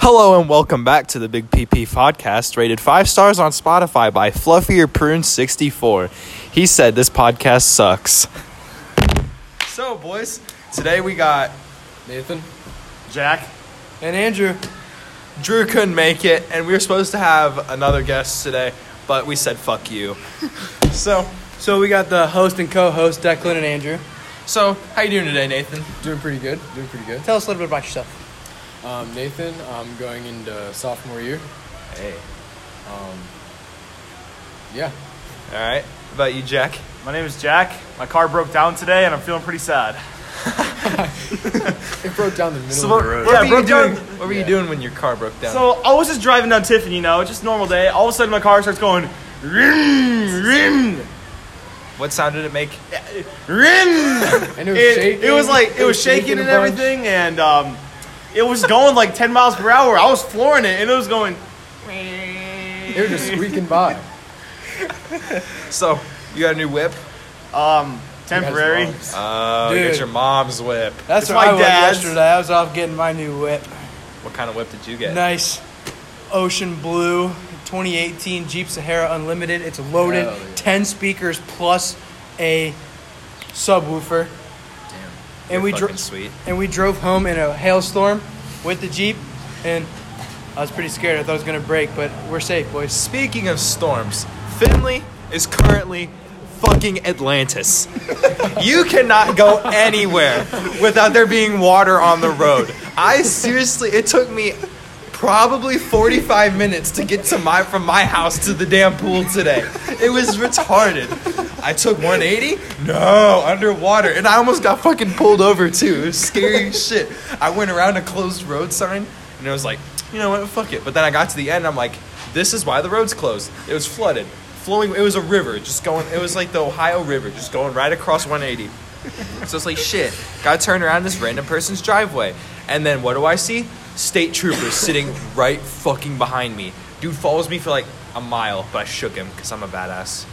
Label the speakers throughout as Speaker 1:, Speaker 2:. Speaker 1: Hello and welcome back to the Big PP podcast, rated five stars on Spotify by Fluffier Prune 64. He said this podcast sucks. So, boys, today we got
Speaker 2: Nathan?
Speaker 3: Jack.
Speaker 1: and Andrew. Drew couldn't make it, and we were supposed to have another guest today, but we said fuck you. so,
Speaker 2: So we got the host and co-host Declan and Andrew.
Speaker 1: so how you doing today, Nathan?
Speaker 2: Doing pretty good. Doing pretty good.
Speaker 4: Tell us a little bit about yourself.
Speaker 2: Um, Nathan, I'm going into sophomore year. Um,
Speaker 1: Hey.
Speaker 2: Yeah.
Speaker 1: All right. How about you, Jack?
Speaker 3: My name is Jack. My car broke down today, and I'm feeling pretty sad.
Speaker 2: It broke down the middle
Speaker 3: what-
Speaker 2: of the
Speaker 1: what
Speaker 2: road.
Speaker 3: Yeah,
Speaker 1: were, you
Speaker 3: broke down-
Speaker 1: doing, what were you doing when your car broke down?
Speaker 3: So I was just driving down Tiffany, you know, just normal day. All of a sudden, my car starts going rim, rim,
Speaker 1: what sound did it make?
Speaker 3: rim.
Speaker 2: And it was
Speaker 3: It,
Speaker 2: shaking.
Speaker 3: it was like it was shaking
Speaker 2: a
Speaker 3: and
Speaker 2: bunch.
Speaker 3: everything, and um, it was going like 10 miles per hour. I was flooring it, and it was going.
Speaker 2: They were just squeaking by.
Speaker 1: So, you got a new whip?
Speaker 3: Um, temporary.
Speaker 2: You guys
Speaker 1: Oh, you got
Speaker 4: Uh, Dude.
Speaker 1: your mom's whip.
Speaker 4: That's
Speaker 3: It's
Speaker 4: what
Speaker 3: my
Speaker 4: I was
Speaker 3: dad's.
Speaker 4: yesterday. I was off getting my new whip.
Speaker 1: What kind of whip did you get?
Speaker 4: Nice ocean blue 2018 Jeep Sahara Unlimited. It's loaded,
Speaker 2: Hell yeah.
Speaker 4: 10 speakers plus a subwoofer.
Speaker 1: You're
Speaker 4: And we
Speaker 1: fucking
Speaker 4: dro-
Speaker 1: sweet.
Speaker 4: and we drove home in a hailstorm with the Jeep and I was pretty scared. I thought it was going to break, but we're safe, boys.
Speaker 1: Speaking of storms, Finley is currently fucking Atlantis. you cannot go anywhere without there being water on the road. I seriously, it took me probably 45 minutes to get to my from my house to the damn pool today. It was retarded. I took 180? No, underwater. And I almost got fucking pulled over too. It was scary as shit. I went around a closed road sign and it was like, you know what, fuck it. But then I got to the end, I'm like, this is why the road's closed. It was flooded. Flowing it was a river, just going it was like the Ohio River, just going right across 180. So it's like, shit, gotta turn around this random person's driveway. And then what do I see? State troopers sitting right fucking behind me. Dude follows me for like a mile, but I shook him because I'm a badass.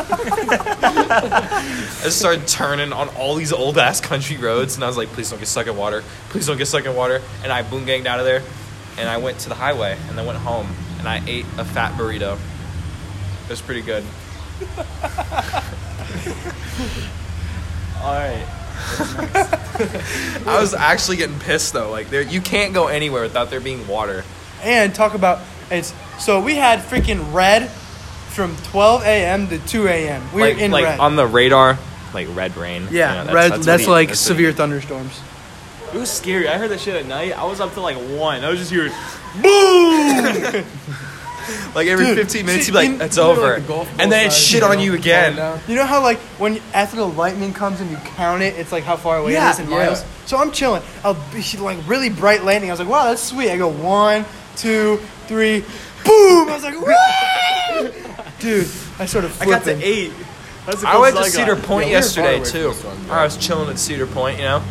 Speaker 1: I just started turning on all these old ass country roads, and I was like, please don't get stuck in water. Please don't get stuck in water. And I boom ganged out of there, and I went to the highway, and then went home, and I ate a fat burrito. It was pretty good.
Speaker 3: All right.
Speaker 1: I was actually getting pissed though. Like there, you can't go anywhere without there being water.
Speaker 4: And talk about it's so we had freaking red from 12 a.m. to 2 a.m. We
Speaker 1: like,
Speaker 4: were in
Speaker 1: like
Speaker 4: red.
Speaker 1: on the radar, like red rain.
Speaker 4: Yeah,
Speaker 1: You know,
Speaker 4: red.
Speaker 1: what
Speaker 4: That's,
Speaker 1: he-
Speaker 4: like
Speaker 1: that's what he-
Speaker 4: severe thunderstorms.
Speaker 3: It was scary. I heard that shit at night. I was up to like one. I was just hearing, boom.
Speaker 1: Like every
Speaker 4: Dude,
Speaker 1: 15 minutes,
Speaker 4: see,
Speaker 1: you'd be
Speaker 4: in-
Speaker 1: like, it's
Speaker 2: you know, like
Speaker 1: over.
Speaker 2: the golf ball
Speaker 1: and then it's
Speaker 2: size,
Speaker 1: shit
Speaker 2: you
Speaker 1: on
Speaker 2: know,
Speaker 1: you
Speaker 2: falling
Speaker 1: again.
Speaker 2: down.
Speaker 4: You know how like when after the lightning comes and you count it, it's like how far away
Speaker 2: Yeah,
Speaker 4: it is in
Speaker 2: yeah.
Speaker 4: miles. So I'm chilling. I'll be like really bright lightning. I was like, wow, that's sweet. I go one, two, three, boom. I was like, "Woo!" dude, I sort of
Speaker 3: I got to
Speaker 4: flipping.
Speaker 3: eight. That's the
Speaker 1: I went to
Speaker 3: closest I got.
Speaker 1: Cedar Point
Speaker 2: Yeah, we were far
Speaker 1: yesterday
Speaker 2: away from
Speaker 1: too.
Speaker 2: the sun,
Speaker 1: I was chilling at Cedar Point, you know.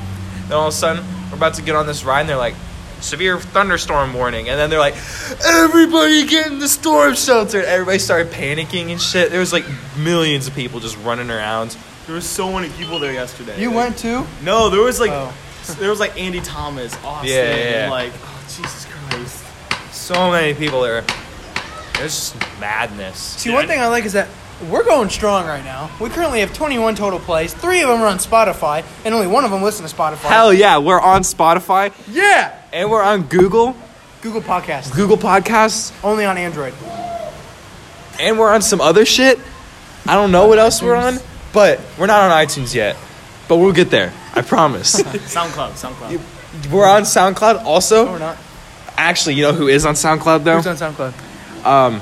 Speaker 1: Then all of a sudden, we're about to get on this ride, and they're like, severe thunderstorm warning. And then they're like, everybody get in the storm shelter. And everybody started panicking and shit. There was like millions of people just running around.
Speaker 3: There were so many people there yesterday.
Speaker 4: You
Speaker 3: Like,
Speaker 4: went too?
Speaker 3: No, there was like,
Speaker 4: Oh.
Speaker 3: there was like Andy Thomas, Austin,
Speaker 1: Yeah, yeah, yeah.
Speaker 3: and like, oh, Jesus Christ.
Speaker 1: So many people there. It was just madness.
Speaker 4: See, one thing I like is that we're going strong right now. We currently have 21 total plays. Three of them are on Spotify, and only one of them listen to Spotify.
Speaker 1: Hell yeah, we're on Spotify
Speaker 4: yeah!
Speaker 1: and we're on Google,
Speaker 4: Google Podcasts,
Speaker 1: Google Podcasts,
Speaker 4: only on Android.
Speaker 1: and we're on some other shit. I don't know what else we're on, but we're not on iTunes yet. But we'll get there. I promise.
Speaker 3: SoundCloud, SoundCloud.
Speaker 1: we're on SoundCloud
Speaker 4: No, we're
Speaker 1: also.
Speaker 4: not.
Speaker 1: Actually, you know who is on SoundCloud
Speaker 4: Who's
Speaker 1: though?
Speaker 4: on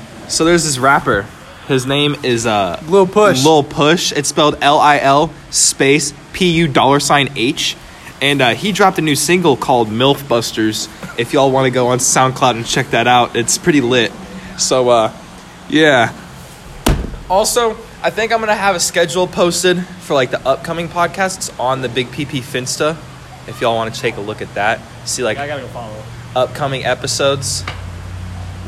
Speaker 4: SoundCloud?
Speaker 1: So there's this rapper. His name is uh
Speaker 4: Lil Push.
Speaker 1: Lil Push. It's spelled L I L space P U dollar sign H. And uh, he dropped a new single called MILF Busters. If y'all want to go on SoundCloud and check that out, it's pretty lit. So, uh, yeah. Also, I think I'm going to have a schedule posted for like the upcoming podcasts on the Big PP Finsta. If y'all want to take a look at that, see like
Speaker 3: I gotta go follow.
Speaker 1: upcoming episodes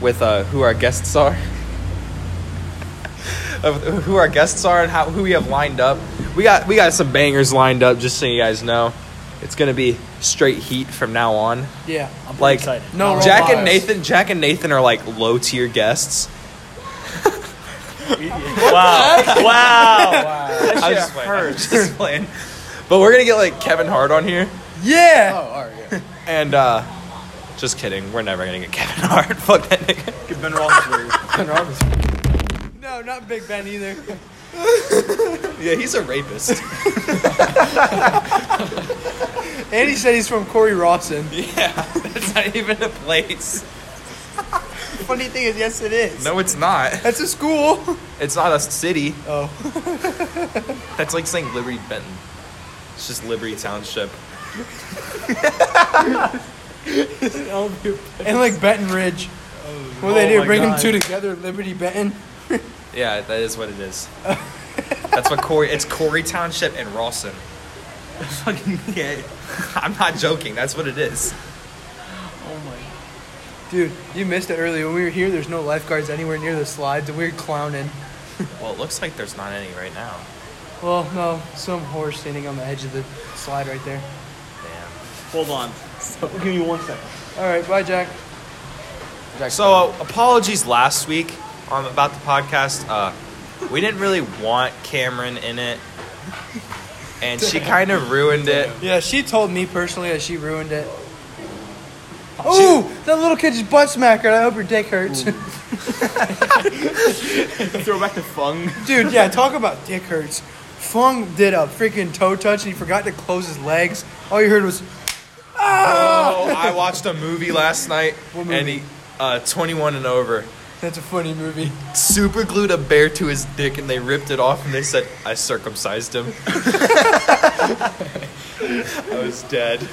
Speaker 1: with uh, who our guests are, of who our guests are, and how who we have lined up. We got we got some bangers lined up, just so you guys know. It's gonna be straight heat from now on.
Speaker 4: Yeah.
Speaker 3: I'm
Speaker 1: Like
Speaker 3: excited.
Speaker 4: No
Speaker 1: Jack
Speaker 4: robots.
Speaker 1: and Nathan, Jack and Nathan are like low tier guests.
Speaker 3: Wow. wow.
Speaker 2: Wow.
Speaker 1: I was just playing. I was just playing. But we're gonna get like Kevin Hart on here,
Speaker 2: Oh,
Speaker 4: Yeah.
Speaker 2: all right. Yeah.
Speaker 1: and uh, just kidding, we're never gonna get Kevin Hart. Fuck that nigga.
Speaker 3: Good Ben Roethlisberger.
Speaker 2: Nothing wrong with you.
Speaker 4: No, not Big Ben either.
Speaker 1: Yeah, he's a rapist.
Speaker 4: And he said he's from Corey Rawson.
Speaker 1: yeah, that's not even a place.
Speaker 4: Funny thing is, yes, it is.
Speaker 1: No, it's not.
Speaker 4: That's a school.
Speaker 1: It's not a city.
Speaker 4: Oh.
Speaker 1: That's like saying Liberty Benton. It's just Liberty Township.
Speaker 4: And like Benton Ridge. What do they
Speaker 3: Oh
Speaker 4: do?
Speaker 3: my
Speaker 4: Bring
Speaker 3: God.
Speaker 4: them two together, Liberty Benton.
Speaker 1: Yeah, that is what it is. That's what Corey. It's Corey Township and Rawson.
Speaker 3: Fucking yeah.
Speaker 1: I'm not joking. That's what it is.
Speaker 3: Oh my.
Speaker 4: Dude, you missed it earlier. When we were here, there's no lifeguards anywhere near the slides, and we were clowning.
Speaker 1: Well, it looks like there's not any right now.
Speaker 4: Well, no, some horse standing on the edge of the slide right there.
Speaker 1: Damn.
Speaker 3: Hold on. Give me one second.
Speaker 4: All right, bye, Jack.
Speaker 2: Jack-
Speaker 1: So apologies last week on about the podcast. Uh, we didn't really want Cameron in it, and she kind of ruined it.
Speaker 4: Yeah, she told me personally that she ruined it. Oh, that little kid just butt smacked her. I hope her dick hurts.
Speaker 3: Throw back to Fung.
Speaker 4: Dude, yeah, talk about dick hurts. Fung did a freaking toe touch and he forgot to close his legs. All you heard was,
Speaker 1: Oh, I watched a movie last night,
Speaker 4: What movie?
Speaker 1: and he, uh, 21 and over,
Speaker 4: that's a funny movie.
Speaker 1: super glued a bear to his dick, and they ripped it off, and they said, "I circumcised him." I was dead.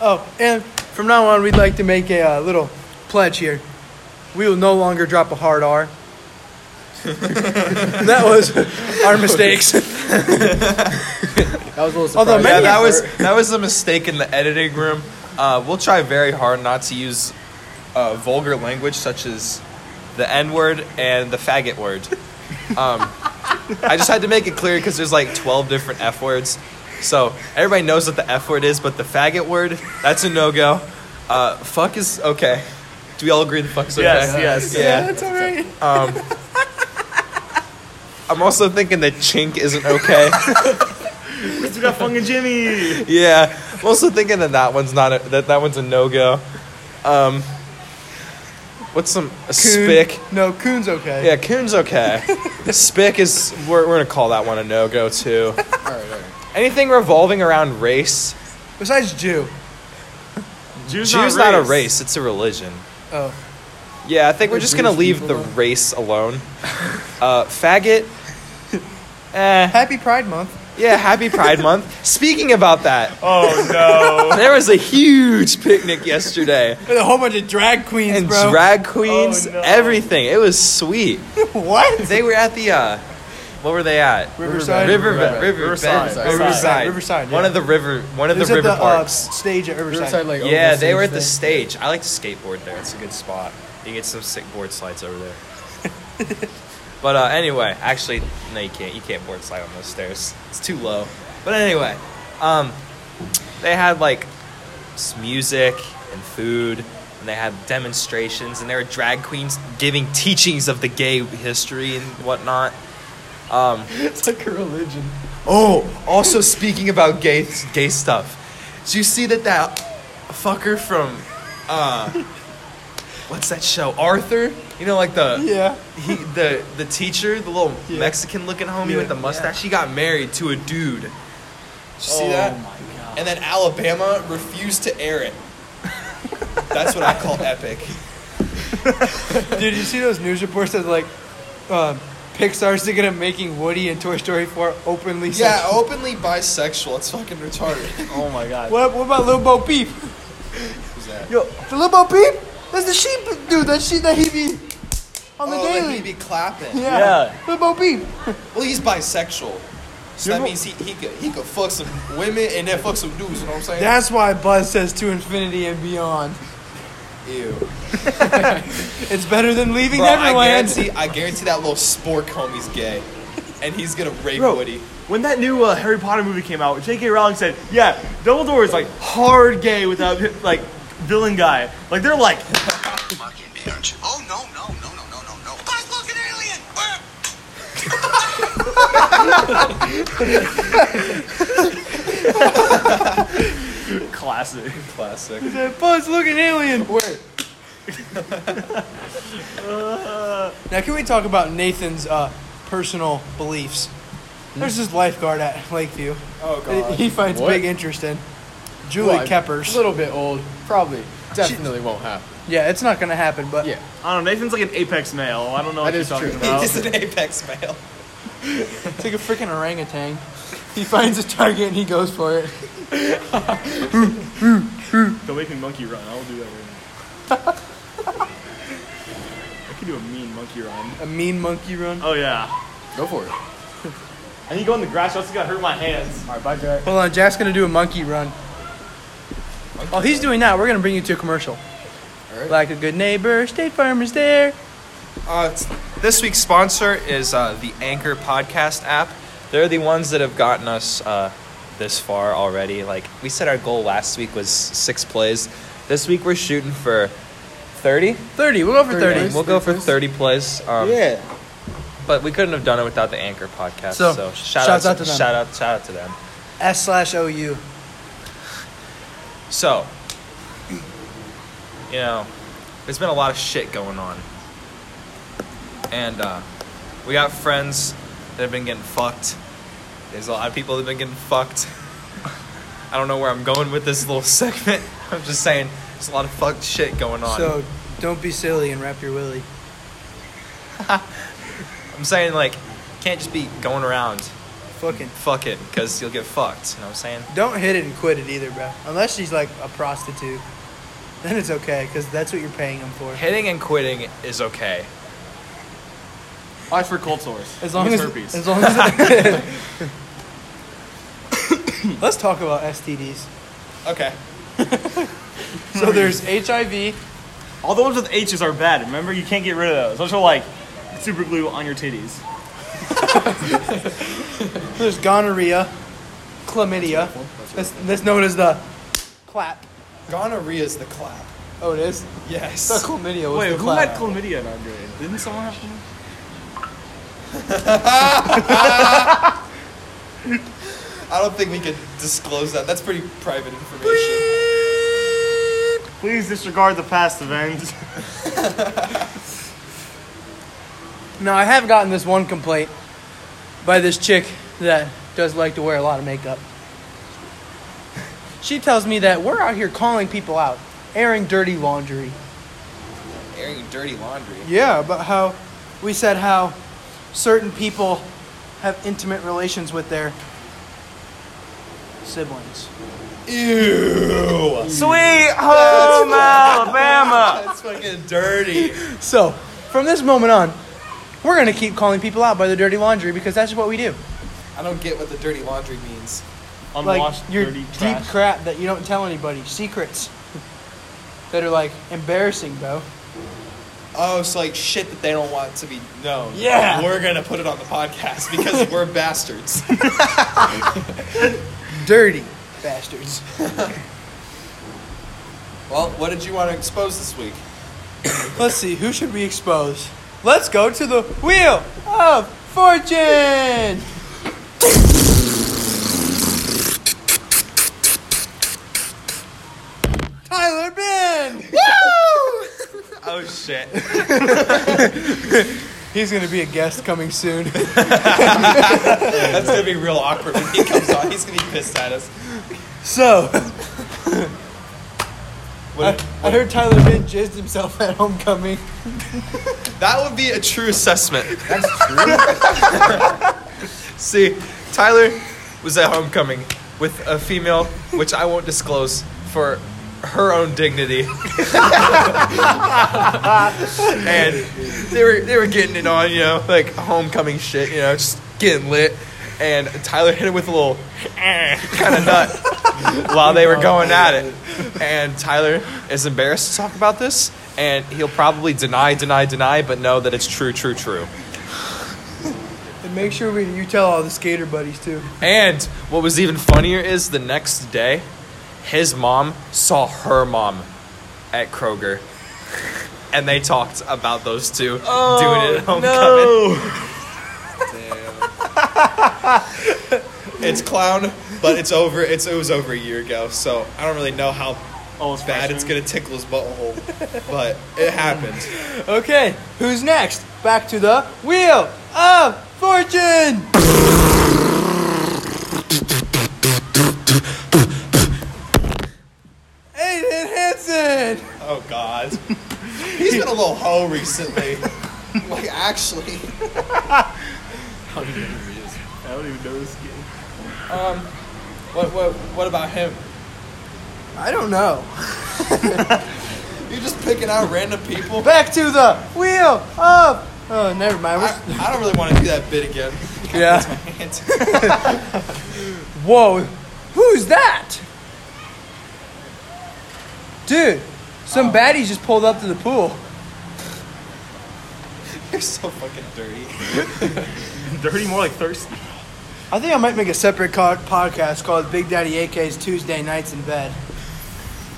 Speaker 4: Oh, and from now on, we'd like to make a uh, little pledge here. We will no longer drop a hard R. that was our mistakes.
Speaker 2: That was a little surprising.
Speaker 4: Although many-
Speaker 1: Yeah, that
Speaker 4: Yeah.
Speaker 1: was that was a mistake in the editing room. Uh, we'll try very hard not to use uh, vulgar language such as the N word and the faggot word. Um, I just had to make it clear because there's like 12 different F words. So everybody knows what the F word is, but the faggot word, that's a no go. Uh, fuck is okay. Do we all agree the fuck's okay?
Speaker 3: Yes, yes.
Speaker 4: yeah,
Speaker 1: Yeah.
Speaker 4: that's all right.
Speaker 1: Um, I'm also thinking that chink isn't okay.
Speaker 3: We got Fung and Jimmy.
Speaker 1: yeah. I'm also thinking that that one's not a, that that one's a no go. Um, what's some a spick?
Speaker 4: No, coon's okay.
Speaker 1: Yeah, coon's okay. spick is we're we're gonna call that one a no go too.
Speaker 2: All right, all right.
Speaker 1: Anything revolving around race.
Speaker 4: Besides Jew.
Speaker 3: Jew's,
Speaker 1: Jew's not a race; it's a religion.
Speaker 4: Oh.
Speaker 1: Yeah, I think we're just gonna
Speaker 2: Jewish
Speaker 1: leave
Speaker 2: people
Speaker 1: the
Speaker 2: alone.
Speaker 1: race alone. Uh, faggot. Eh,
Speaker 4: Happy Pride Month.
Speaker 1: yeah, happy Pride Month. Speaking about that,
Speaker 3: Oh no.
Speaker 1: there was a huge picnic yesterday.
Speaker 4: There's a whole bunch of drag queens,
Speaker 1: and
Speaker 4: bro.
Speaker 1: drag queens,
Speaker 3: Oh, no.
Speaker 1: everything. It was sweet.
Speaker 4: what?
Speaker 1: They were at the uh, what were they at?
Speaker 4: Riverside.
Speaker 1: River,
Speaker 2: Riverside.
Speaker 1: River,
Speaker 3: Riverside.
Speaker 1: Riverside,
Speaker 2: Riverside.
Speaker 4: Riverside,
Speaker 1: One
Speaker 4: yeah.
Speaker 1: of the river, one of
Speaker 4: It was
Speaker 1: the
Speaker 4: at
Speaker 1: river
Speaker 4: the, uh,
Speaker 1: parks.
Speaker 4: stage at Riverside.
Speaker 2: Riverside, like,
Speaker 1: yeah,
Speaker 2: overseas
Speaker 1: they were at the
Speaker 2: thing.
Speaker 1: stage. I like to skateboard there. It's a good spot. You get some sick board slides over there. but uh, anyway, actually, no, you can't. You can't board slide on those stairs. It's too low. But anyway, um, they had like s- music and food, and they had demonstrations, and there were drag queens giving teachings of the gay history and whatnot. Um,
Speaker 2: It's like a religion.
Speaker 1: Oh, also speaking about gay gay stuff, did you see that that fucker from uh, what's that show? Arthur? You know, like the
Speaker 4: Yeah.
Speaker 1: he the the teacher, the little Mexican looking homie with the mustache. She got married to a dude. Did you see that? And then Alabama refused to air it. That's what I call epic.
Speaker 4: Dude, you see those news reports that like um, Pixar's thinking of making Woody and Toy Story 4 openly
Speaker 1: Yeah, oh.
Speaker 4: sexual?
Speaker 1: openly bisexual. It's fucking retarded.
Speaker 3: Oh my god.
Speaker 4: What, what about Lil Bo Peep?
Speaker 1: Who's that?
Speaker 4: Yo, the Lil Bo Peep? That's the sheep dude. That sheep that he be on the
Speaker 1: oh,
Speaker 4: daily.
Speaker 1: like he'd be clapping.
Speaker 4: yeah.
Speaker 3: Yeah.
Speaker 4: Lil Bo Peep.
Speaker 1: Well, he's bisexual. So that
Speaker 4: You're-
Speaker 1: means he, he could he could fuck some women and then fuck some dudes. You know what I'm saying?
Speaker 4: That's why Buzz says to infinity and beyond.
Speaker 1: Ew.
Speaker 4: It's better than leaving
Speaker 1: Bro, I
Speaker 4: Neverland.
Speaker 1: guarantee I guarantee that little spork homie's gay, and he's gonna rape
Speaker 4: Bro.
Speaker 1: Woody.
Speaker 3: when that new uh, Harry Potter movie came out, J.K. Rowling said, "Yeah, Dumbledore is like hard gay without like villain guy. Like they're like
Speaker 5: Mocking me, aren't you? Oh, no, no, no, no, no, no, no. I look an alien! Where?
Speaker 3: classic."
Speaker 1: Classic.
Speaker 4: That Buzz looking alien. Where? now, can we talk about Nathan's uh, personal beliefs? There's this lifeguard at Lakeview.
Speaker 2: Oh
Speaker 4: that He finds
Speaker 2: What?
Speaker 4: big interest in Julie
Speaker 2: Well, I'm
Speaker 4: Keppers.
Speaker 2: A little bit old. Probably. Definitely won't happen.
Speaker 4: yeah, it's not gonna happen, but
Speaker 2: Yeah.
Speaker 3: I don't know. Nathan's like an apex male. I don't know what
Speaker 2: That
Speaker 3: you're
Speaker 2: is
Speaker 3: talking
Speaker 2: true.
Speaker 3: about.
Speaker 1: He's an apex male.
Speaker 4: it's like a freaking orangutan. He finds a target and he goes for it.
Speaker 3: Don't make me monkey run. I'll do that right now. I can do a mean monkey run.
Speaker 4: A mean monkey run.
Speaker 3: Oh yeah.
Speaker 2: Go for it.
Speaker 3: I need to go in the grass. I also got to hurt my hands.
Speaker 2: All right, bye, Jack.
Speaker 4: Hold on, Jack's gonna do a monkey run. Oh, he's doing that. We're gonna bring you to a commercial.
Speaker 2: Alright.
Speaker 4: Like a good neighbor, State Farm is there.
Speaker 1: Uh, it's- this week's sponsor is uh, the Anchor Podcast app. They're the ones that have gotten us uh, this far already. Like we said, our goal last week was six plays. This week we're shooting for thirty.
Speaker 4: 30. We'll go for 30.
Speaker 1: We'll go for thirty plays. Um,
Speaker 2: Yeah.
Speaker 1: But we couldn't have done it without the Anchor Podcast.
Speaker 4: So,
Speaker 1: So, shout
Speaker 4: shouts
Speaker 1: out,
Speaker 4: out to them.
Speaker 1: shout out shout out to them.
Speaker 4: S slash OU.
Speaker 1: So, you know, there's been a lot of shit going on. And uh, we got friends that have been getting fucked. There's a lot of people that have been getting fucked. I don't know where I'm going with this little segment. I'm just saying, there's a lot of fucked shit going on.
Speaker 4: So don't be silly and wrap your willy.
Speaker 1: I'm saying, like, can't just be going around,
Speaker 4: Fucking.
Speaker 1: fuck it, because you'll get fucked. You know what I'm saying?
Speaker 4: Don't hit it and quit it either, bro. Unless she's like a prostitute. Then it's okay, because that's what you're paying them for.
Speaker 1: Hitting and quitting is okay.
Speaker 3: I for cold sores.
Speaker 4: As long
Speaker 3: It's
Speaker 4: as,
Speaker 3: herpes.
Speaker 4: as long as. Let's talk about STDs.
Speaker 1: Okay.
Speaker 4: So there's HIV.
Speaker 3: All the ones with H's are bad. Remember, you can't get rid of those. Those are like super glue on your titties.
Speaker 4: There's gonorrhea, chlamydia. That's, that's known as the clap.
Speaker 2: Gonorrhea is the clap.
Speaker 4: Oh, it is.
Speaker 1: Yes.
Speaker 4: The chlamydia was
Speaker 3: Wait,
Speaker 4: the
Speaker 3: who
Speaker 4: clap.
Speaker 3: had chlamydia in our grade? Didn't someone have chlamydia?
Speaker 1: I don't think we could disclose that. That's pretty private information.
Speaker 3: Please disregard the past events.
Speaker 4: Now I have gotten this one complaint by this chick that does like to wear a lot of makeup. She tells me that we're out here calling people out, airing dirty laundry.
Speaker 1: airing dirty laundry.
Speaker 4: Yeah, about how we said how certain people have intimate relations with their siblings.
Speaker 3: Sweet home Alabama.
Speaker 1: That's fucking dirty.
Speaker 4: So, from this moment on, we're gonna keep calling people out by their dirty laundry because that's what we do.
Speaker 1: I don't get what the dirty laundry means.
Speaker 3: Unwashed,
Speaker 4: your
Speaker 3: dirty
Speaker 4: deep
Speaker 3: trash.
Speaker 4: crap that you don't tell anybody, secrets that are like embarrassing, bro.
Speaker 1: Oh, it's like shit that they don't want to be known.
Speaker 4: Yeah.
Speaker 1: We're gonna put it on the podcast because we're bastards.
Speaker 4: Dirty bastards.
Speaker 1: Well, what did you want to expose this week?
Speaker 4: Let's see, who should we expose? Let's go to the wheel of fortune. Tyler Benn.
Speaker 1: Oh shit.
Speaker 4: He's gonna be a guest coming soon.
Speaker 1: That's gonna be real awkward when he comes on. He's gonna be pissed at us.
Speaker 4: So I,
Speaker 1: What-
Speaker 4: I heard Tyler Benn jizzed himself at homecoming.
Speaker 1: That would be a true assessment. That's true. See, Tyler was at homecoming with a female, which I won't disclose for her own dignity. and they were they were getting it on, you know, like homecoming shit, you know, just getting lit. And Tyler hit it with a little kind of nut while they were going at it. And Tyler is embarrassed to talk about this, and he'll probably deny, deny, deny, but know that it's true, true, true.
Speaker 4: And Make sure we, you tell all the skater buddies too.
Speaker 1: And what was even funnier is the next day, his mom saw her mom at Kroger. And they talked about those two doing it at homecoming.
Speaker 3: No.
Speaker 1: It's clown, but it's over. It's it was over a year ago, so I don't really know how
Speaker 3: Oh, it's
Speaker 1: bad it's gonna tickle his butthole, but it happened.
Speaker 4: Okay, who's next? Back to the wheel of fortune. Aiden Hansen.
Speaker 1: Oh God, he's been a little hoe recently. Like actually,
Speaker 3: I don't even know this game.
Speaker 1: Um, what what what about him?
Speaker 4: I don't know.
Speaker 1: You're just picking out random people.
Speaker 4: Back to the wheel of. Oh, never mind.
Speaker 1: I,
Speaker 4: We're-
Speaker 1: I don't really want to do that bit again.
Speaker 4: yeah. Whoa, who's that? Dude, some baddies just pulled up to the pool.
Speaker 1: You're so fucking dirty.
Speaker 3: Dirty, more like thirsty.
Speaker 4: I think I might make a separate co- podcast called Big Daddy AK's Tuesday Nights in Bed.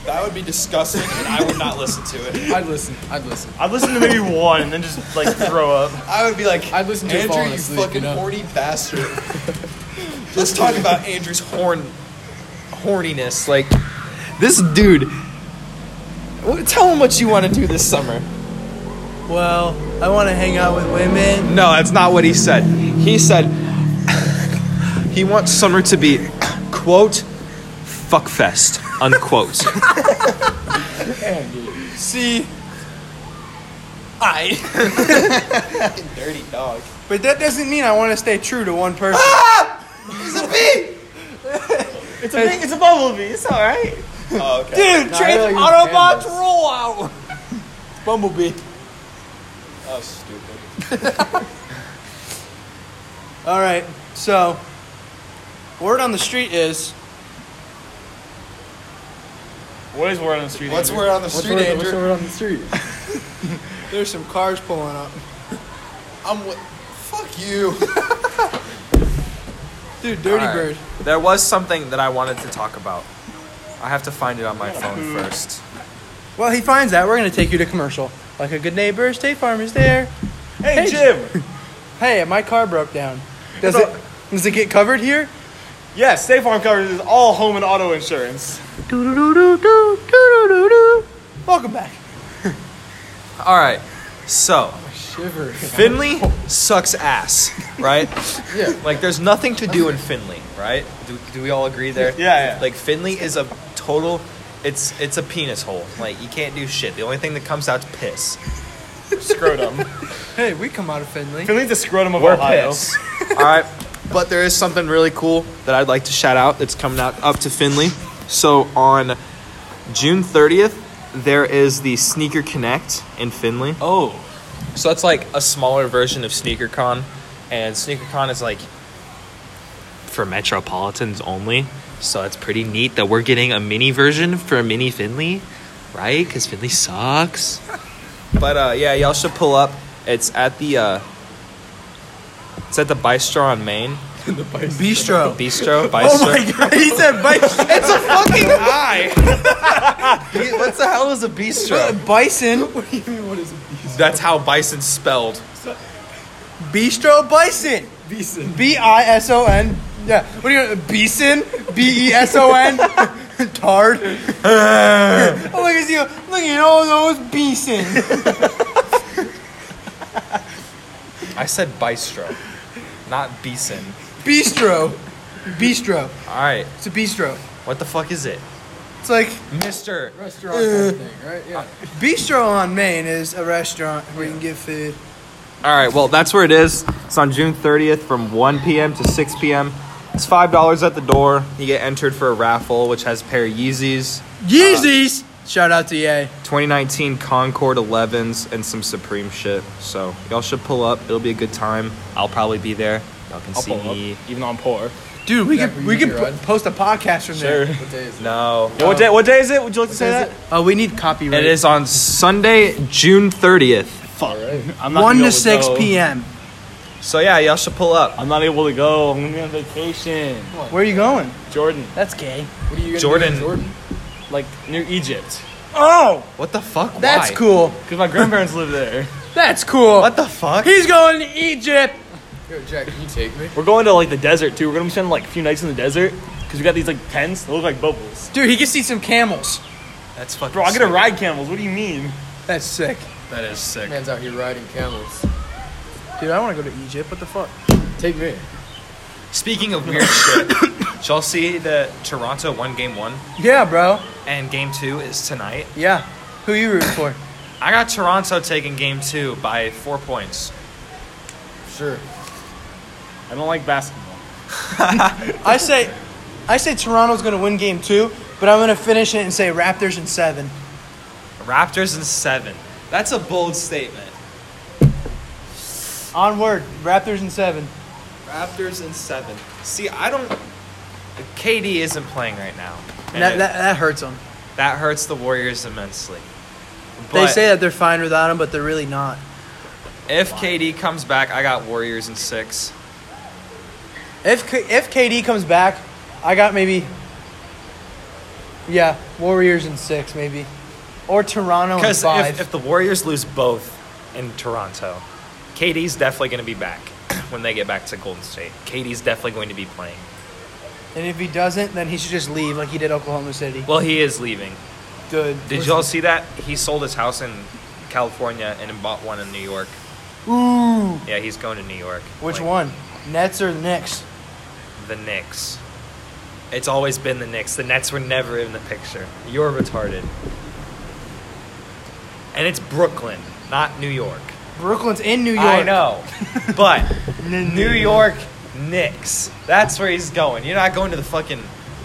Speaker 1: That would be disgusting, and I would not listen to it.
Speaker 2: I'd listen. I'd listen.
Speaker 3: I'd listen to maybe one and then just like throw up.
Speaker 1: I would be like,
Speaker 2: I'd listen to it
Speaker 1: Andrew,
Speaker 2: falling
Speaker 1: you
Speaker 2: asleep, you
Speaker 1: fucking
Speaker 2: know?
Speaker 1: horny bastard. Let's talk about Andrew's horn, horniness. Like this dude. wh- Tell him what you want to do this summer.
Speaker 4: Well, I want to hang out with women.
Speaker 1: No, that's not what he said. He said he wants summer to be quote fuckfest unquote.
Speaker 4: See, I.
Speaker 1: Dirty dog.
Speaker 4: But that doesn't mean I want to stay true to one person.
Speaker 3: It's a big, it's a bumblebee. It's all right.
Speaker 1: Oh, okay.
Speaker 4: Dude,
Speaker 2: Nah, I
Speaker 4: trans
Speaker 2: really
Speaker 4: Autobots
Speaker 2: understand this.
Speaker 4: roll out. Bumblebee.
Speaker 1: That was stupid.
Speaker 4: All right, so word on the street is
Speaker 3: What is word on the street?
Speaker 1: What's
Speaker 3: Andrew?
Speaker 1: word on the
Speaker 2: What's
Speaker 1: street,
Speaker 2: word, what's
Speaker 1: Andrew?
Speaker 2: word on the street?
Speaker 4: there's some cars pulling up.
Speaker 1: I'm. W- fuck you.
Speaker 4: Dude, Dirty
Speaker 1: All right.
Speaker 4: Bird.
Speaker 1: There was something that I wanted to talk about. I have to find it on my phone first.
Speaker 4: Hmm. Well, he finds that. We're going to take you to commercial. Like a good neighbor, State Farm is there.
Speaker 3: Hey,
Speaker 4: Hey,
Speaker 3: Jim.
Speaker 4: Hey, my car broke down. Does
Speaker 3: It's
Speaker 4: it, does it get covered here?
Speaker 3: yeah, State Farm covers all home and auto insurance.
Speaker 4: Welcome back.
Speaker 1: All right. So
Speaker 2: Shiver.
Speaker 1: Finley sucks ass, right?
Speaker 2: Yeah.
Speaker 1: Like there's nothing to do in Finley, right? Do, do we all agree there?
Speaker 3: Yeah, yeah.
Speaker 1: Like Finley is a total. It's it's a penis hole. Like you can't do shit. The only thing that comes out's piss.
Speaker 3: Scrotum.
Speaker 4: Hey, we come out of Finley.
Speaker 3: Finley's the scrotum of
Speaker 1: We're
Speaker 3: Ohio.
Speaker 1: piss. All right. But there is something really cool that I'd like to shout out that's coming out up to Finley. So on June 30th, there is the Sneaker Connect in Finley.
Speaker 3: Oh.
Speaker 1: So that's like a smaller version of SneakerCon, and SneakerCon is like for metropolitans only. So it's pretty neat that we're getting a mini version for mini Finley, right? Because Finley sucks. but uh, yeah, y'all should pull up. It's at the uh, it's at the Bistro on Main. Bistro,
Speaker 4: Bistro.
Speaker 1: Bistro.
Speaker 4: Oh my god, he said bison.
Speaker 1: It's a fucking eye. what the hell is a bistro?
Speaker 4: bison.
Speaker 1: That's how bison's spelled.
Speaker 4: Bistro bison.
Speaker 2: Beeson.
Speaker 4: B I S O N. Yeah. What do you Beeson? B E S O N? Tard. oh, look at you. Look at all those Beeson.
Speaker 1: I said bistro, not beeson.
Speaker 4: Bistro. Bistro.
Speaker 1: All right.
Speaker 4: It's a bistro.
Speaker 1: What the fuck is it?
Speaker 4: It's like
Speaker 1: Mister.
Speaker 2: Restaurant kind of thing, right? Yeah.
Speaker 4: bistro on Main is a restaurant where you can get food.
Speaker 1: All right, well, that's where it is. It's on June 30th from 1 p.m. to 6 p.m. It's $5 at the door. You get entered for a raffle, which has a pair of Yeezys,
Speaker 4: Yeezys. Um, Shout out to E Ye.
Speaker 1: 2019 Concord 11s, and some Supreme shit. So, y'all should pull up. It'll be a good time. I'll probably be there. Y'all can
Speaker 3: I'll
Speaker 1: see
Speaker 3: pull up,
Speaker 1: me.
Speaker 3: even though I'm poor.
Speaker 4: Dude, we
Speaker 2: Zach,
Speaker 4: could
Speaker 2: will
Speaker 4: we
Speaker 2: you
Speaker 4: could
Speaker 2: be
Speaker 4: po-
Speaker 2: around?
Speaker 4: post a podcast from there.
Speaker 2: What day is it?
Speaker 1: No.
Speaker 3: What day? What day is it? Would you like to say
Speaker 2: day
Speaker 3: that?
Speaker 2: is
Speaker 4: Oh, we need copyright.
Speaker 1: It is on Sunday, June 30th.
Speaker 3: Fuck. I'm not gonna
Speaker 4: one
Speaker 3: be
Speaker 4: to
Speaker 3: able
Speaker 4: six
Speaker 3: go.
Speaker 4: p.m.
Speaker 1: So yeah, y'all should pull up.
Speaker 3: I'm not able to go. I'm gonna be on vacation.
Speaker 4: Where are you going?
Speaker 3: Jordan,
Speaker 6: That's gay.
Speaker 2: What are you gonna
Speaker 1: Jordan.
Speaker 2: do in Jordan?
Speaker 3: like near Egypt,
Speaker 4: Oh,
Speaker 1: What the fuck?
Speaker 4: that's
Speaker 1: Why?
Speaker 4: cool.
Speaker 3: because my grandparents live there.
Speaker 4: That's cool.
Speaker 1: What the fuck?
Speaker 6: He's going to Egypt.
Speaker 2: Yo, Jack, can you take me?
Speaker 3: We're going to like the desert too. We're gonna be spending like a few nights in the desert because we got these like tents that look like bubbles.
Speaker 6: Dude, he can see some camels.
Speaker 1: That's fucking.
Speaker 3: Bro, I
Speaker 1: sick.
Speaker 3: gotta ride camels. What do you mean?
Speaker 4: That's sick.
Speaker 1: That is sick.
Speaker 2: Man's out here riding camels.
Speaker 4: Dude, I want to go to Egypt. What the fuck?
Speaker 2: Take me.
Speaker 1: Speaking of weird shit, y'all see the Toronto one game one
Speaker 4: Yeah, bro.
Speaker 1: and game two is tonight.
Speaker 4: Yeah. Who you rooting for?
Speaker 1: I got Toronto taking game two by four points.
Speaker 2: Sure.
Speaker 3: I don't like basketball.
Speaker 4: I say, I say Toronto's gonna win game two, but I'm gonna finish it and say Raptors in seven.
Speaker 1: Raptors in seven. That's a bold statement.
Speaker 4: Onward, Raptors in seven.
Speaker 1: Raptors in seven. See, I don't. KD isn't playing right now. and
Speaker 4: That,
Speaker 1: it-
Speaker 4: that, that hurts them.
Speaker 1: that hurts the Warriors immensely.
Speaker 4: They
Speaker 1: But
Speaker 4: say that they're fine without him, but they're really not.
Speaker 1: if KD comes back, I got Warriors in six.
Speaker 4: Oh, If K- if KD comes back, I got maybe. Yeah, Warriors in six maybe, or Toronto in
Speaker 1: Because
Speaker 4: five.
Speaker 1: if, if the Warriors lose both in Toronto, KD's definitely going to be back when they get back to Golden State. KD's definitely going to be playing.
Speaker 4: and if he doesn't, then he should just leave like he did Oklahoma City.
Speaker 1: Well, he is leaving.
Speaker 4: Good.
Speaker 1: Did y'all see that? He sold his house in California and then bought one in New York.
Speaker 4: Ooh,
Speaker 1: Yeah, he's going to New York.
Speaker 4: which
Speaker 1: Like,
Speaker 4: one? Nets or Knicks?
Speaker 1: The Knicks. It's always been the Knicks. The Nets were never in the picture. You're retarded. And it's Brooklyn, not New York.
Speaker 4: Brooklyn's in New York.
Speaker 1: I know. But New York Knicks. That's where he's going. You're not going to the fucking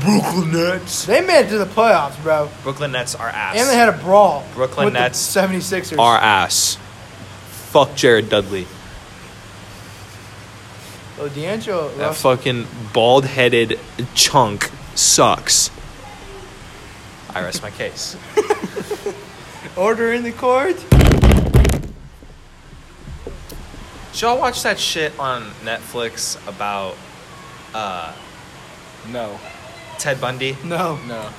Speaker 1: Brooklyn Nets.
Speaker 4: They made it to the playoffs, bro.
Speaker 1: Brooklyn Nets are ass.
Speaker 4: And they had a brawl.
Speaker 1: Brooklyn
Speaker 4: with
Speaker 1: Nets
Speaker 4: the 76ers.
Speaker 1: are ass. Fuck Jared Dudley.
Speaker 4: Oh, D'Angelo.
Speaker 1: That
Speaker 4: Russell.
Speaker 1: fucking bald headed chunk sucks. I rest my case.
Speaker 4: Order in the court.
Speaker 1: Did y'all watch that shit on Netflix about uh,
Speaker 2: No.
Speaker 1: Ted Bundy?
Speaker 4: No.
Speaker 2: No.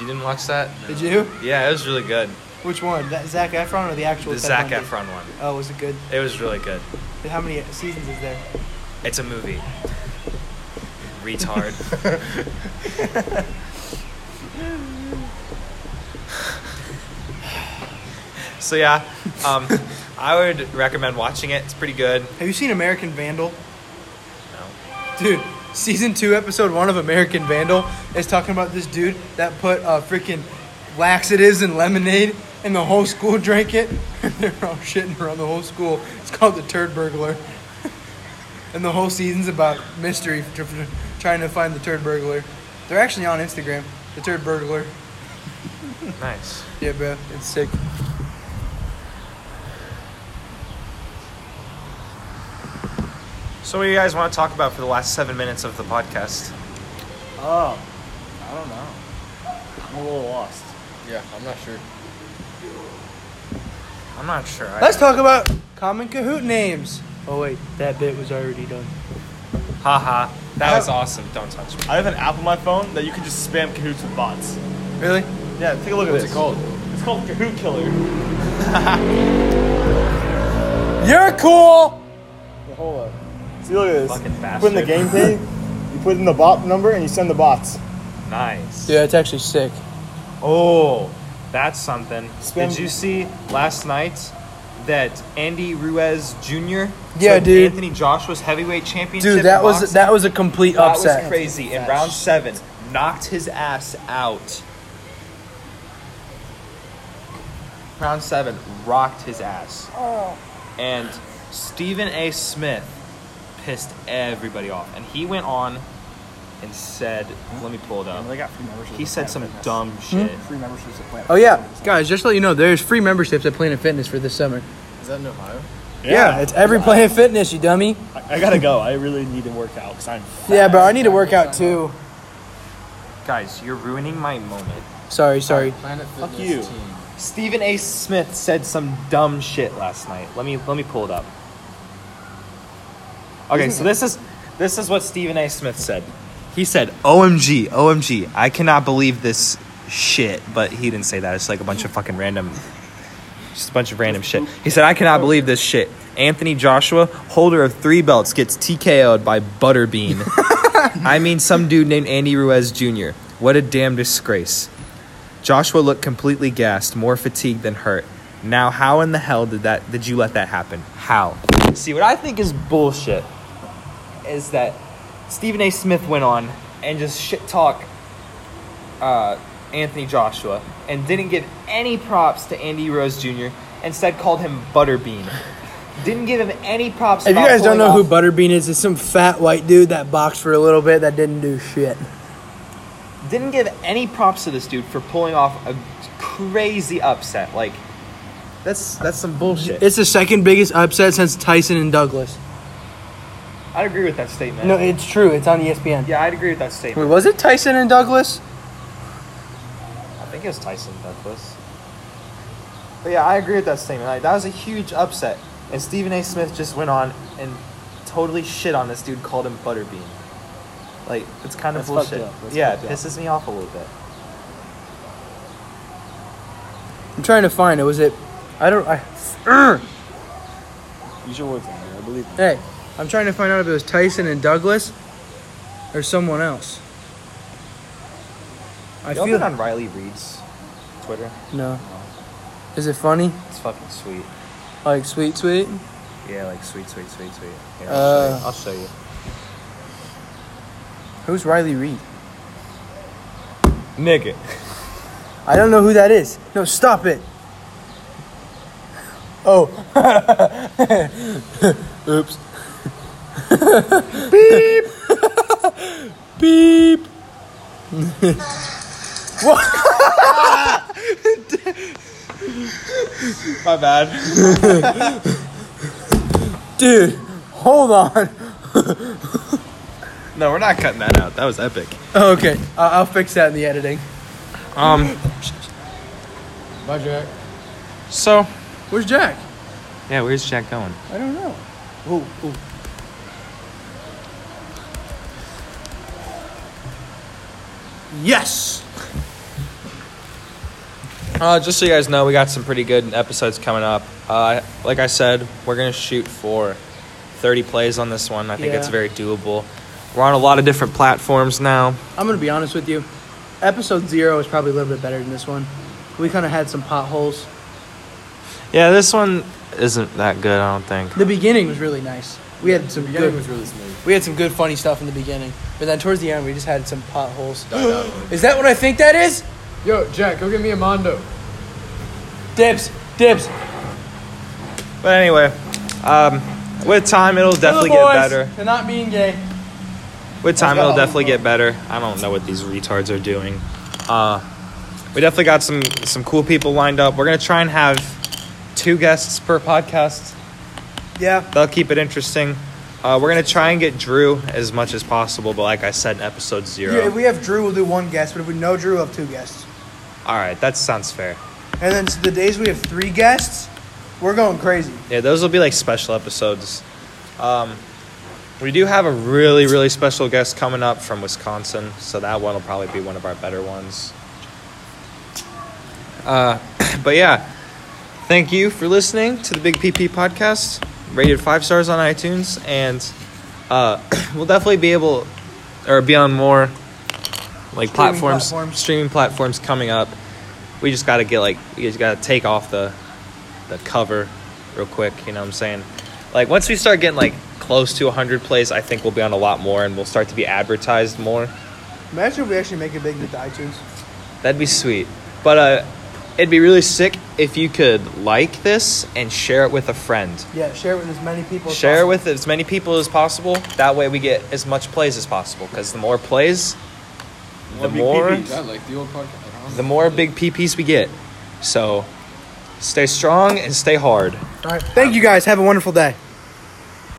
Speaker 1: You didn't watch that?
Speaker 4: Did you?
Speaker 1: Yeah, it was really good.
Speaker 4: Which one? That Zach Efron or the actual?
Speaker 1: The
Speaker 4: Ted
Speaker 1: Zac
Speaker 4: Bundy?
Speaker 1: Efron one.
Speaker 4: Oh, was it good?
Speaker 1: It was really good.
Speaker 4: How many seasons is there?
Speaker 1: It's a movie. Retard. so yeah, um, I would recommend watching it. It's pretty good.
Speaker 4: Have you seen American Vandal?
Speaker 1: No.
Speaker 4: Dude, season two, episode one of American Vandal is talking about this dude that put uh, freaking laxatives in lemonade, and the whole school drank it, and they're all shitting around the whole school. It's called the Turd Burglar, and the whole season's about mystery tr- tr- trying to find the Turd Burglar. They're actually on Instagram, the Turd Burglar.
Speaker 1: Nice.
Speaker 4: Yeah, bro, it's sick.
Speaker 1: So what do you guys want to talk about for the last seven minutes of the podcast?
Speaker 3: Oh, I don't know. I'm a little lost.
Speaker 2: Yeah, I'm not sure.
Speaker 1: I'm not sure. I-
Speaker 4: Let's talk about common Kahoot names. Oh wait, that bit was already done.
Speaker 1: Haha. That was awesome. Don't touch me.
Speaker 3: I have an app on my phone that you can just spam cahoots with bots.
Speaker 4: Really?
Speaker 3: Yeah, take a look at
Speaker 2: What's
Speaker 3: this.
Speaker 2: it called?
Speaker 3: It's called Kahoot Killer.
Speaker 4: You're cool.
Speaker 2: Hold up.
Speaker 3: See, look at this.
Speaker 1: Fucking
Speaker 3: You put in the game page, you put in the bot number, and you send the bots.
Speaker 1: Nice.
Speaker 4: Yeah, it's actually sick.
Speaker 1: Oh, that's something.
Speaker 3: Spam-
Speaker 1: Did you see last night that Andy Ruiz Jr.
Speaker 4: Yeah,
Speaker 1: took
Speaker 4: dude.
Speaker 1: Anthony Joshua's heavyweight championship?
Speaker 4: Dude, that
Speaker 1: in
Speaker 4: was
Speaker 1: boxing?
Speaker 4: that was a complete
Speaker 1: That was
Speaker 4: upset.
Speaker 1: crazy. In round seven, knocked his ass out. Round seven, rocked his ass. And Stephen A. Smith pissed everybody off, and he went on and said, "Let me pull it up."
Speaker 6: got free memberships.
Speaker 1: He said some dumb shit.
Speaker 6: Free memberships at Planet
Speaker 4: Oh yeah, guys, just to let you know, there's free memberships at Planet Fitness for this summer.
Speaker 2: Is that in Ohio?
Speaker 4: Yeah, it's every Planet Fitness, you dummy.
Speaker 6: I, I gotta go. I really need to work out because I'm.
Speaker 4: Yeah, bro, I need to work out too.
Speaker 1: Guys, you're ruining my moment.
Speaker 4: Sorry, sorry.
Speaker 2: Planet Fitness
Speaker 6: you.
Speaker 2: Team.
Speaker 1: Stephen A. Smith said some dumb shit last night. Let me let me pull it up. Okay, so this is this is what Stephen A. Smith said. He said, "OMG, OMG, I cannot believe this shit." But he didn't say that. It's like a bunch of fucking random, just a bunch of random shit. He said, "I cannot believe this shit." Anthony Joshua, holder of three belts, gets TKO'd by Butterbean. I mean, some dude named Andy Ruiz Jr. What a damn disgrace. Joshua looked completely gassed, more fatigued than hurt. Now, how in the hell did that did you let that happen? How? See, what I think is bullshit is that Stephen A. Smith went on and just shit talk uh, Anthony Joshua and didn't give any props to Andy Rose Jr. Instead, called him Butterbean. Didn't give him any props.
Speaker 7: If you
Speaker 1: about
Speaker 7: guys don't
Speaker 1: pulling
Speaker 7: know
Speaker 1: off-
Speaker 7: who Butterbean is, it's some fat white dude that boxed for a little bit that didn't do shit.
Speaker 1: didn't give any props to this dude for pulling off a crazy upset. Like, that's that's some bullshit.
Speaker 7: It's the second biggest upset since Tyson and Douglas.
Speaker 1: I'd agree with that statement.
Speaker 7: No, it's true. It's on E ESPN.
Speaker 1: yeah, I'd agree with that statement.
Speaker 7: Wait, was it Tyson and Douglas?
Speaker 1: I think it was Tyson Douglas. But yeah, I agree with that statement. Like, that was a huge upset, and Stephen A. Smith just went on and totally shit on this dude, called him Butterbean. Like, it's kind of
Speaker 6: That's fucked
Speaker 1: bullshit.
Speaker 6: up. That's
Speaker 1: Yeah, it
Speaker 6: fucked up.
Speaker 1: pisses me off a little bit.
Speaker 7: I'm trying to find it. Was it? I don't. I, uh,
Speaker 6: Use your words, Andrew. I believe. in you.
Speaker 7: hey, I'm trying to find out if it was Tyson and Douglas or someone else. I
Speaker 1: I you
Speaker 7: feel
Speaker 1: feel on Riley Reed's Twitter.
Speaker 7: no. Is it funny?
Speaker 1: It's fucking sweet.
Speaker 7: Like sweet, sweet.
Speaker 1: Yeah, like sweet, sweet, sweet, sweet. Here,
Speaker 7: Uh,
Speaker 1: I'll show you. I'll show you.
Speaker 7: Who's Riley Reed?
Speaker 1: Nigga.
Speaker 7: I don't know who that is. No, stop it. Oh. Oops. Beep. Beep.
Speaker 1: My bad.
Speaker 7: Dude, hold on.
Speaker 1: No, we're not cutting that out. That was epic.
Speaker 7: Okay, I- I'll fix that in the editing.
Speaker 1: Um,
Speaker 2: Bye, Jack.
Speaker 1: so.
Speaker 7: Where's Jack?
Speaker 1: Yeah, where's Jack going?
Speaker 7: I don't know.
Speaker 1: Yes. Uh, just so you guys know, we got some pretty good episodes coming up. Uh, like I said, we're gonna shoot for 30 plays on this one. I think it's
Speaker 7: Yeah.
Speaker 1: very doable. We're on a lot of different platforms now.
Speaker 7: I'm gonna be honest with you. Episode zero is probably a little bit better than this one. We kind of had some potholes.
Speaker 1: Yeah, this one isn't that good. I don't think.
Speaker 7: The beginning was really nice. We had some
Speaker 2: Beginning
Speaker 7: good,
Speaker 2: was really smooth.
Speaker 7: we had some good funny stuff in the beginning, but then towards the end we just had some potholes. is that what I think that is?
Speaker 2: Yo, Jack, go get me a mondo.
Speaker 7: Dibs, dibs.
Speaker 1: But anyway, um, with time it'll definitely get better.
Speaker 7: And not being gay.
Speaker 1: With time it'll definitely get better. I don't know what these retards are doing. Uh, we definitely got some some cool people lined up. We're gonna try and have two guests per podcast.
Speaker 7: Yeah.
Speaker 1: They'll keep it interesting. Uh, we're gonna try and get Drew as much as possible, but like I said, in episode
Speaker 4: Yeah, if
Speaker 1: zero.
Speaker 4: we have Drew, we'll do one guest. But if we know Drew, we'll have two guests.
Speaker 1: All right, that sounds fair.
Speaker 4: And then the days we have three guests, we're going crazy.
Speaker 1: Yeah, those will be like special episodes. Um, we do have a really really special guest coming up from Wisconsin, so that one will probably be one of our better ones. Uh, but yeah, thank you for listening to the Big PP podcast. Rated five stars on iTunes, and uh, we'll definitely be able or be on more like platforms,
Speaker 4: platforms.
Speaker 1: streaming platforms coming up. We just gotta get like we just gotta take off the the cover real quick. You know what I'm saying? Like once we start getting like close to 100 plays, I think we'll be on a lot more, and we'll start to be advertised more.
Speaker 4: Imagine if we actually make it big with the iTunes.
Speaker 1: That'd be sweet. But uh, it'd be really sick if you could like this and share it with a friend.
Speaker 4: Yeah, share it with as many people. as
Speaker 1: share it
Speaker 4: possible.
Speaker 1: with as many people as possible. That way we get as much plays as possible. Because the more plays, the more
Speaker 2: God, like the old podcast. I don't know.
Speaker 1: the more big PPs we get. So stay strong and stay hard.
Speaker 4: Thank you guys. Have a wonderful day.